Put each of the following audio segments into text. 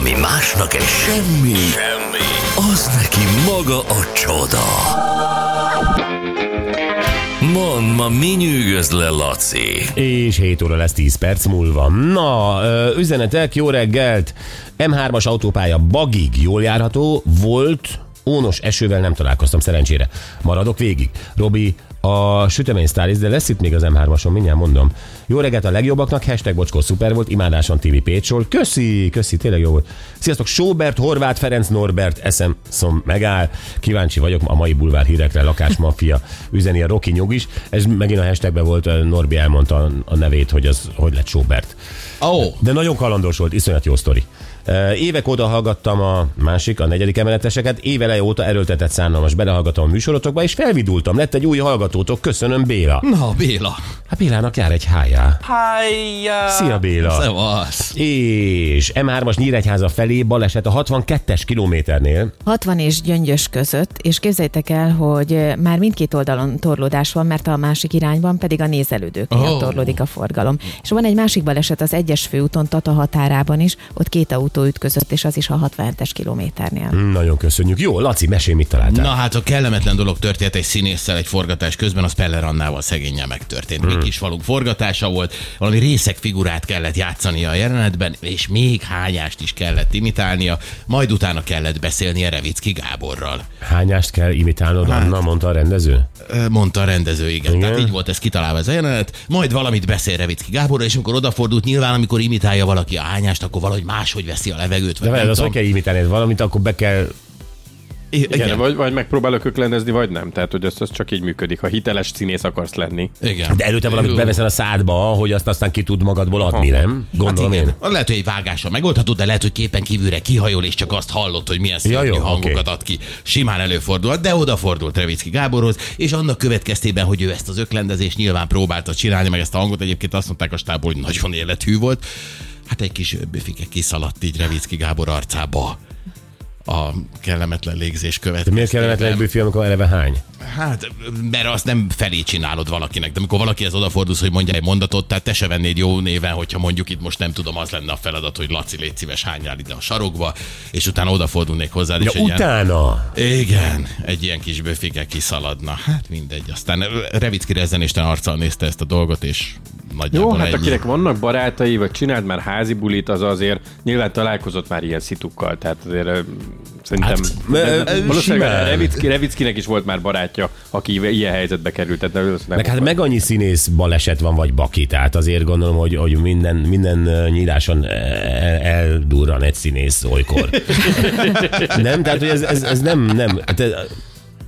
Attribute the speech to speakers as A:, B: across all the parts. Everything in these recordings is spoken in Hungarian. A: másnak egy semmi, semmi, az neki maga a csoda. Mond, ma mi nyűgöz le, Laci?
B: És 7 óra lesz 10 perc múlva. Na, ö, üzenetek, jó reggelt! M3-as autópálya Bagig jól járható, volt, ónos esővel nem találkoztam, szerencsére. Maradok végig. Robi, a sütemény sztáliz, de lesz itt még az M3-ason, mindjárt mondom. Jó reggelt a legjobbaknak, hashtag bocskó szuper volt, imádáson TV Pécsol. Köszi, köszi, tényleg jó volt. Sziasztok, Sóbert, Horváth, Ferenc, Norbert, eszem, szom, megáll. Kíváncsi vagyok a mai bulvár hírekre, lakás, mafia, üzeni a Roki nyug is. Ez megint a hashtagben volt, eh, Norbi elmondta a nevét, hogy az hogy lett Sóbert.
C: Ó, oh,
B: De nagyon kalandos volt, iszonyat jó sztori. Ö, Évek óta hallgattam a másik, a negyedik emeleteseket, éveleje óta erőltetett szánalmas belehallgatom a műsorotokba, és felvidultam, lett egy új hallgatótok, köszönöm Béla.
C: na Béla.
B: Hát Bélának jár egy hájá.
C: Hájjá.
B: Szia Béla!
C: Szevasz.
B: És M3-as Nyíregyháza felé baleset a 62-es kilométernél.
D: 60 és gyöngyös között, és képzeljétek el, hogy már mindkét oldalon torlódás van, mert a másik irányban pedig a nézelődők miatt
E: Oh.
C: Ó.
D: torlódik a forgalom. És van egy másik baleset az egyes főúton Tata határában is, ott két autó ütközött, és az is a 67-es kilométernél.
B: Hm, Nagyon köszönjük. Jó, Laci, mesél, mit
C: Na
B: találtál?
C: hát a kellemetlen dolog történt egy színésszel egy forgatás közben, az Peller Annával szegényen
B: Hm.
C: megtörtént. Hmm. kis falunk forgatása volt, valami részek figurát kellett játszania a jelenetben, és még hányást is kellett imitálnia, majd utána kellett beszélnie Revicki Gáborral.
B: Hányást kell imitálnod,
C: Hát.
B: Anna, mondta a rendező?
C: Ö, mondta a rendező, igen.
B: Igen.
C: igen. Tehát így volt ez kitalálva ez a jelenet. Majd valamit beszél Revicki Gáborra, és amikor odafordult, nyilván amikor imitálja valaki a hányást, akkor valahogy máshogy veszi a levegőt.
B: De
C: Vagy
B: vele,
C: nem
B: az hogy
C: tudom.
B: kell imitálni valamit, akkor be kell...
C: I-
E: Igen,
C: igen.
E: vagy, vagy megpróbálok öklenezni, vagy nem. Tehát, hogy ez, ez csak így működik, ha hiteles színész akarsz lenni.
C: igen.
B: De előtte valamit
C: Jó.
B: beveszel a szádba, hogy azt aztán ki tud magadból adni, nem? Gondolom
C: hát
B: én.
C: igen. Lehet, hogy egy vágással megoldható, de lehet, hogy képen kívülre kihajol, és csak azt hallott, hogy milyen szörnyű
B: jó,
C: hangokat
B: oké.
C: ad ki. Simán előfordulhat, de odafordult Revicki Gáborhoz, és annak következtében, hogy ő ezt az öklendezést nyilván próbálta csinálni, meg ezt a hangot egyébként azt mondták a stából, hogy nagyon életű volt. Hát egy kis büfike kiszaladt így Revicki Gábor arcába a kellemetlen légzés
B: De
C: következtében.
B: miért kellemetlen egy büfi, amikor eleve hány?
C: Hát, mert azt nem felé csinálod valakinek, de amikor valakihez odafordulsz, hogy mondja egy mondatot, tehát te se vennéd jó néven, hogyha mondjuk itt most nem tudom, az lenne a feladat, hogy Laci, légy szíves, hányjál ide a sarokba, és utána odafordulnék hozzád,
B: Ja,
C: és egy ilyen...
B: utána.
C: Igen, egy ilyen kis bőfike kiszaladna. Hát mindegy. Aztán Revicki rezzenésten arccal nézte ezt a dolgot, és
E: Jó,
C: nagyjából
E: hát
C: ennyi.
E: akinek vannak barátai, vagy csinált már házi bulit, az azért nyilván találkozott már ilyen szitukkal, tehát azért ö, szerintem
B: Hát,
E: nem-
B: ö, ö,
E: valószínűleg
B: simán.
E: Revicki, Revickinek is volt már barátja, aki ilyen helyzetbe került, tehát nem, nem
B: Meg hát meg annyi színész baleset van, vagy baki, tehát azért gondolom, hogy, hogy minden, minden ö, nyíláson el, eldurran egy színész olykor. nem? Tehát, hogy ez, ez, ez nem, nem. Hát, ez-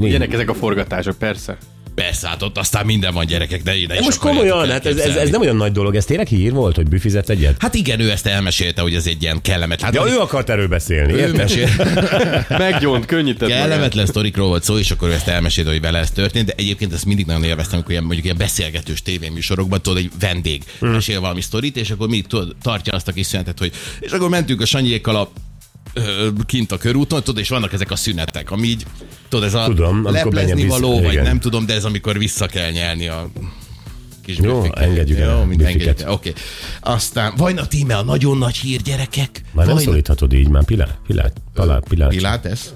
E: Ilyenek ezek a forgatások, persze.
C: Persze, hát ott aztán minden van gyerekek, de ide
B: de
C: is
B: most
C: akarjátok
B: komolyan, hát ez, ez, ez,
C: elképzelni.
B: nem olyan nagy dolog. Ez tényleg hír volt, hogy büfizett egyet?
C: Hát igen, ő ezt elmesélte, hogy ez egy ilyen kellemet. Hát
B: Ja,
C: hogy-
B: ő akart erről beszélni,
C: ő
B: érted?
C: mesél.
E: Meggyont, könnyített. magát.
C: Kellemetlen sztorikról volt szó, és akkor ő ezt elmesélte, hogy vele ez történt, de egyébként ezt mindig nagyon élveztem, amikor ilyen, mondjuk ilyen beszélgetős tévéműsorokban, tudod, egy vendég
B: Hm.
C: mesél valami sztorit, és akkor mindig tudod, tartja azt a kis szünetet, hogy és akkor mentünk a Sanyiékkal a ö, kint a körúton, tudod, és vannak ezek a szünetek, ami így, tudod, ez a
B: Tudom, amikor
C: leplezni
B: benyem
C: való,
B: vissza,
C: vagy
B: igen.
C: nem tudom, de ez amikor vissza kell nyelni a kis
B: Jó,
C: büfiket.
B: engedjük el
C: Jó,
B: a
C: mind
B: büfiket.
C: engedjük el, Oké. Aztán Vajna Tíme a nagyon nagy hír gyerekek.
B: Már nem
C: Vajna-
B: szólíthatod így, már Pilát, Pilát, Pilát, Pilát.
C: Pilát ez?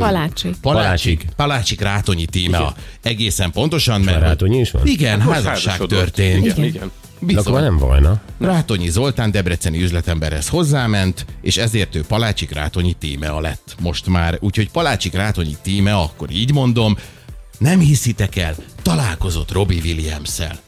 D: Halácsi.
C: Palácsik. Palácsik Rátonyi tíme. a- Egészen pontosan, mert...
B: Rátonyi is van?
C: Igen,
E: Most
C: házasság
E: házasodott.
C: történt.
E: Igen, igen.
B: De akkor már
C: Bizony.
B: nem volna.
C: Rátonyi Zoltán debreceni üzletemberhez hozzáment, és ezért ő Palácsik Rátonyi tímea lett most már. Úgyhogy Palácsik Rátonyi tíme, akkor így mondom, nem hiszitek el, találkozott Robbie Williams-el.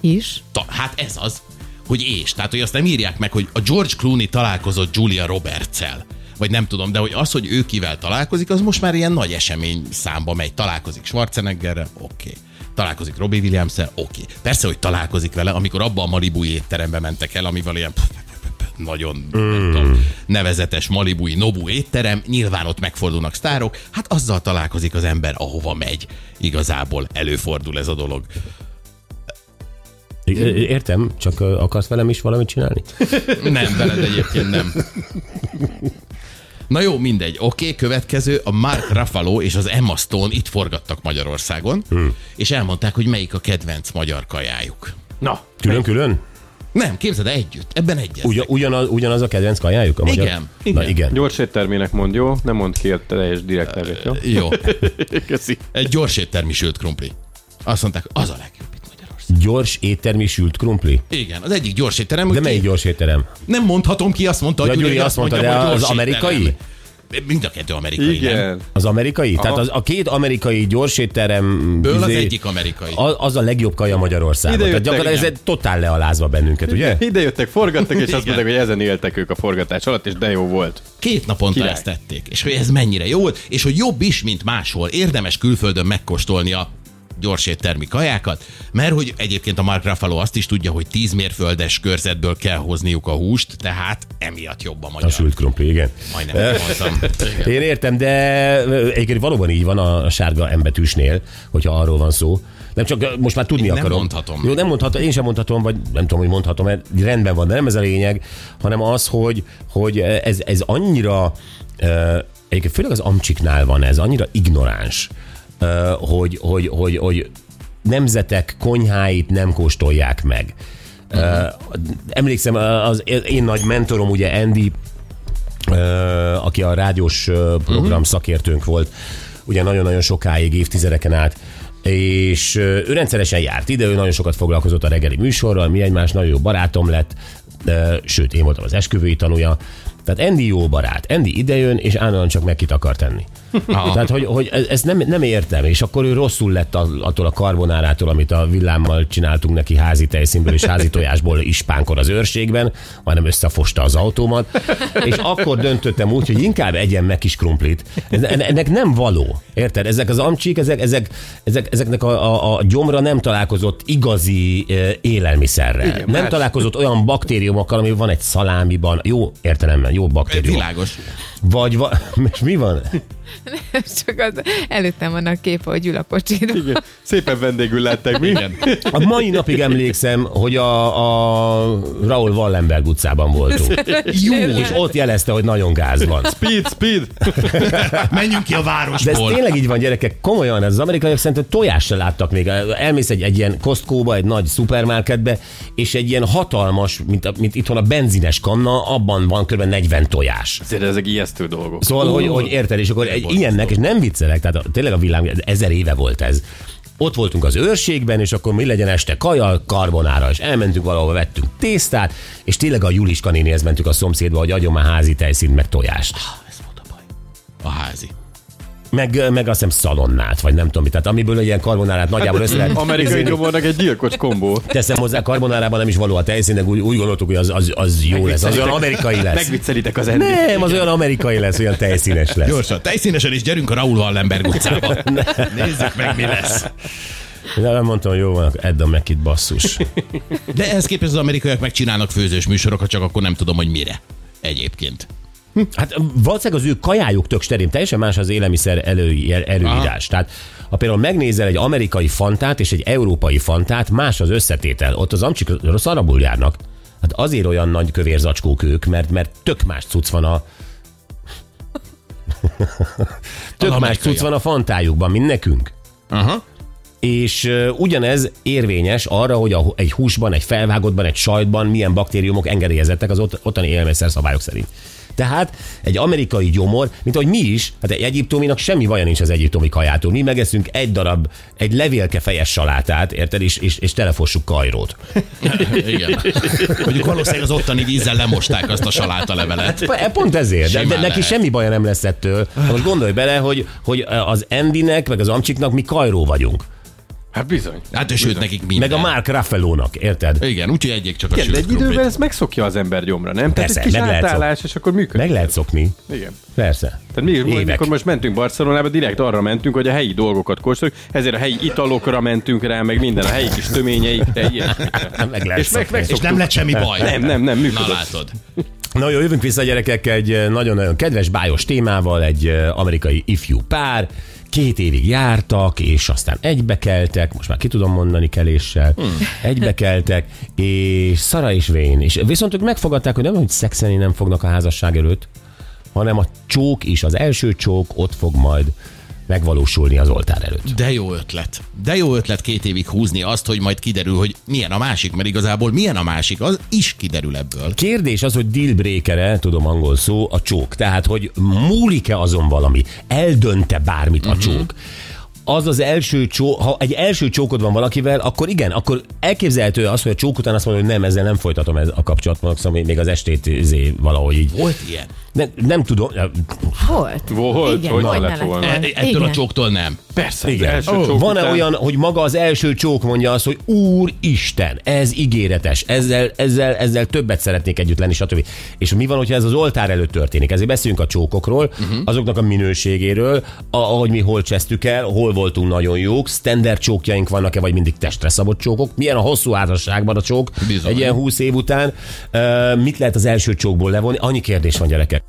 D: Is.
C: Ta, hát ez az, hogy és. Tehát, hogy azt nem írják meg, hogy a George Clooney találkozott Julia Roberts-el. Vagy nem tudom, de hogy az, hogy ő kivel találkozik, az most már ilyen nagy esemény számba megy. Találkozik Schwarzeneggerre, oké. Okay. Találkozik Robbie williams oké. Okay. Persze, hogy találkozik vele, amikor abba a Malibu étterembe mentek el, amivel ilyen nagyon nem tudom, nevezetes Malibui Nobu étterem, nyilván ott megfordulnak sztárok, hát azzal találkozik az ember, ahova megy. Igazából előfordul ez a dolog.
B: É- é- Értem, csak ö, akarsz velem is valamit csinálni?
C: Nem, veled egyébként nem. Na jó, mindegy. Oké, okay, következő. A Mark Ruffalo és az Emma Stone itt forgattak
B: Hm.
C: Magyarországon, hmm. és elmondták, hogy melyik a kedvenc magyar kajájuk.
E: Na,
B: Külön-külön?
C: Nem, képzeld el, együtt. Ebben egyet.
B: Ugyan, ugyanaz, ugyanaz a kedvenc kajájuk? A
C: Igen,
B: Magyar?
C: igen.
B: Na, igen.
E: Gyors éttermének mond, jó? Nem mond ki a teljes direkt nevét, jó?
C: Jó.
E: Köszi.
C: Egy gyors éttermi sült krumpli. Azt mondták, az a legjobb itt Magyarországon.
B: Gyors éttermi sült krumpli.
C: Igen, az egyik gyors étterem.
B: De
C: hogy
B: melyik gyors étterem?
C: Nem mondhatom ki, azt mondta,
B: Ja,
C: hogy
B: Gyuri azt mondta, de
C: hogy
B: az
C: gyors
B: amerikai?
C: étterem. Mind a kettő amerikai, nem?
E: Igen.
B: Az amerikai? Aha. Tehát az, a két amerikai gyors étterem...
C: Ből az
B: izé,
C: egyik amerikai.
B: a- Az a legjobb kaja Magyarországon.
E: Ide
B: Tehát
E: jöttek,
B: gyakorlatilag ez totál lealázva bennünket, ugye?
E: Ide jöttek, forgattak, és azt mondták, hogy ezen éltek ők a forgatás alatt, és de jó volt.
C: Két naponta
E: Király.
C: ezt tették, és hogy ez mennyire jó volt, és hogy jobb is, mint máshol. Érdemes külföldön megkóstolni a gyors éttermi kajákat, mert hogy egyébként a Mark Ruffalo azt is tudja, hogy 10 mérföldes körzetből kell hozniuk a húst, tehát emiatt jobb a magyar.
B: A sült krumpli, igen.
C: Majdnem ezt mondtam. Igen.
B: Én értem, de egyébként valóban így van a sárga embetűsnél, hogyha arról van szó. Nem csak ö, most már tudni
C: Én nem
B: akarom.
C: mondhatom.
B: Jó, nem mondhatom, én sem mondhatom, vagy nem tudom, hogy mondhatom, mert rendben van, de nem ez a lényeg, hanem az, hogy, hogy ez, ez annyira, ö, egyébként főleg az amcsiknál van ez, annyira ignoráns, ö, hogy, hogy, hogy, hogy nemzetek konyháit nem kóstolják meg.
C: Mhm.
B: Ö, Emlékszem, az én nagy mentorom, ugye Andy ö, aki a rádiós ö, program uh-huh. szakértőnk volt, ugye nagyon-nagyon sokáig, évtizedeken át, és ö, ő rendszeresen járt ide, ő nagyon sokat foglalkozott a reggeli műsorral, mi egymás nagyon jó barátom lett, ö, sőt, én voltam az esküvői tanúja, tehát Andy jó barát, Andy idejön, és állandóan csak megkit akar tenni. Tehát, hogy, hogy e- ezt nem, nem értem, és akkor ő rosszul lett a- attól a karbonárától, amit a villámmal csináltunk neki házi tejszínből és házi tojásból ispánkor az őrségben, hanem összefosta az autómat, és akkor döntöttem úgy, hogy inkább egyen meg kis krumplit. Ez, en- ennek nem való, érted? Ezek az amcsik, ezek, ezek, ezek, ezeknek a, a, a gyomra nem találkozott igazi eh, élelmiszerrel. Igen, nem találkozott olyan baktériumokkal, ami van egy szalámiban, jó értelemben, jó baktérium.
C: Világos.
B: Vagy, va- és mi van?
D: Csak az előttem van a kép, hogy ül a kocsidban.
E: Igen. Szépen vendégül látták mi.
C: Igen.
B: A mai napig emlékszem, hogy a, a Raul Wallenberg utcában voltunk. Jó, és ott jelezte, hogy nagyon gáz van.
E: Speed, speed.
C: Menjünk ki a
B: De ez
C: városból.
B: tényleg így van, gyerekek, komolyan, ez az amerikaiak szerintem tojást se láttak még. Elmész egy, egy ilyen Costco-ba, egy nagy szupermarketbe, és egy ilyen hatalmas, mint, a- mint itthon a benzines kanna, abban van kb. 40 tojás.
E: Azért ezek ijesztő dolgok.
B: Szóval, hogy, hogy érted, és akkor egy
C: borzasztó.
B: ilyennek, és nem viccelek, tehát a, tényleg a világ, ezer éve volt ez. Ott voltunk az őrségben, és akkor mi legyen este kaja, karbonára, és elmentünk valahova, vettünk tésztát, és tényleg a Juliska nénihez mentünk a szomszédba, hogy adjon már házi tejszínt, meg tojást.
C: Ah, Ez volt a baj. A házi.
B: Meg, meg azt hiszem szalonnát, vagy nem tudom mit. Tehát amiből egy ilyen karbonárát nagyjából össze lehet
E: Amerikai gyomornak egy gyilkos kombó.
B: Teszem hozzá, karbonárában nem is való a tejszín, de úgy, úgy gondoltuk, hogy az, az, az jó lesz, az olyan amerikai lesz.
E: Megviccelitek az endét.
B: Nem, az olyan amerikai lesz, olyan tejszínes lesz.
C: Gyorsan, tejszínesen is gyerünk a Raúl Wallenberg utcába. Nézzük meg, mi lesz.
B: De nem mondtam, hogy jó van, akkor edd a mekit basszus.
C: De ehhez képest az amerikaiak megcsinálnak főzős műsorokat, csak akkor nem tudom, hogy mire. Egyébként.
B: Hát valószínűleg az ő kajájuk tök steril, teljesen más az élelmiszer elő, előírás. Tehát ha például megnézel egy amerikai fantát és egy európai fantát, más az összetétel. Ott az amcsik rossz arabul járnak. Hát azért olyan nagy kövér zacskók ők, mert, mert tök más cucc van a... tök más
C: amerikaiak.
B: cucc van a fantájukban, mint nekünk.
C: Aha.
B: És ö, ugyanez érvényes arra, hogy a, egy húsban, egy felvágottban, egy sajtban milyen baktériumok engedélyezettek az ott, ottani élelmiszer szabályok szerint. Tehát egy amerikai gyomor, mint ahogy mi is, hát egy egyiptominak semmi baja nincs az egyiptomi kajától. Mi megeszünk egy darab, egy levélke fejes salátát, érted, és, és, és telefossuk kajrót.
C: Igen. Mondjuk valószínűleg az ottani vízzel lemosták azt a salátalevelet.
B: E, Pont ezért, de, de
C: Simán
B: neki
C: lehet.
B: semmi baja nem lesz ettől. Ha Most gondolj bele, hogy, hogy az Endinek, meg az Amcsiknak mi kajró vagyunk.
E: Hát bizony.
C: Hát és sőt, nekik minden.
B: Meg a Mark Raffelónak, érted?
C: Igen, úgyhogy egyik csak a
E: Igen, de
C: sült
E: egy
C: krumplit.
E: időben ezt megszokja az ember gyomra, nem? Tehát
B: Persze,
E: egy kis
B: meg lehet
E: átállás, és akkor működik.
B: Meg lehet szokni.
E: Igen.
B: Persze.
E: Tehát mi,
B: Évek.
E: amikor most mentünk Barcelonába, direkt arra mentünk, hogy a helyi dolgokat kóstoljuk, ezért a helyi italokra mentünk rá, meg minden a helyi kis töményeikre, ilyesmikre.
B: Hát, Meg lehet
E: És meg-
B: szokni.
E: megszoktuk.
C: És nem lett semmi baj.
E: Nem, nem, nem,
C: Na
E: működött.
C: látod.
B: Na jó, jövünk vissza gyerekek egy eh, nagyon-nagyon kedves, bájos témával, egy eh, amerikai ifjú pár, két évig jártak, és aztán egybekeltek, most már ki tudom mondani keléssel, hmm. egybekeltek, és Szara és Vén, és viszont ők megfogadták, hogy nem, hogy szexelni nem fognak a házasság előtt, hanem a csók is, az első csók ott fog majd eh, megvalósulni az oltár előtt.
C: De jó ötlet. De jó ötlet két évig húzni azt, hogy majd kiderül, hogy milyen a másik, mert igazából milyen a másik, az is kiderül ebből.
B: Kérdés az, hogy dealbreaker-e, tudom angol szó, a csók. Tehát, hogy múlik-e azon valami, eldönte bármit a csók. Az az első csók, ha egy első csókod van valakivel, akkor igen, akkor elképzelhető az, hogy a csók után azt mondod, hogy nem, ezzel nem folytatom ez a kapcsolatot, szóval még az estét izé, valahogy így.
C: Volt ilyen?
B: Ne, nem tudom,
D: Volt.
E: Volt,
D: Igen,
E: hogy
D: hogy
E: ne
D: ne
E: lett
D: lett
E: volna.
C: E-
D: volna.
C: Ettől
D: Igen.
C: a csóktól nem.
E: Persze,
B: Igen.
E: az első
B: Ó,
E: csók
B: Van-e
E: után-
B: olyan, hogy maga az első csók mondja azt, hogy úristen, ez ígéretes, ezzel, ezzel, ezzel többet szeretnék együtt lenni, stb. És mi van, hogyha ez az oltár előtt történik? Ezért beszélünk a csókokról,
E: Mhm.
B: uh-huh. azoknak a minőségéről, a- ahogy mi hol csesztük el, hol voltunk nagyon jók, standard csókjaink vannak-e, vagy mindig testre szabott csókok, milyen a hosszú házasságban a csók,
C: Bizony.
B: egy ilyen 20 év után, Ö, mit lehet az első csókból levonni? Annyi kérdés van, gyerekek.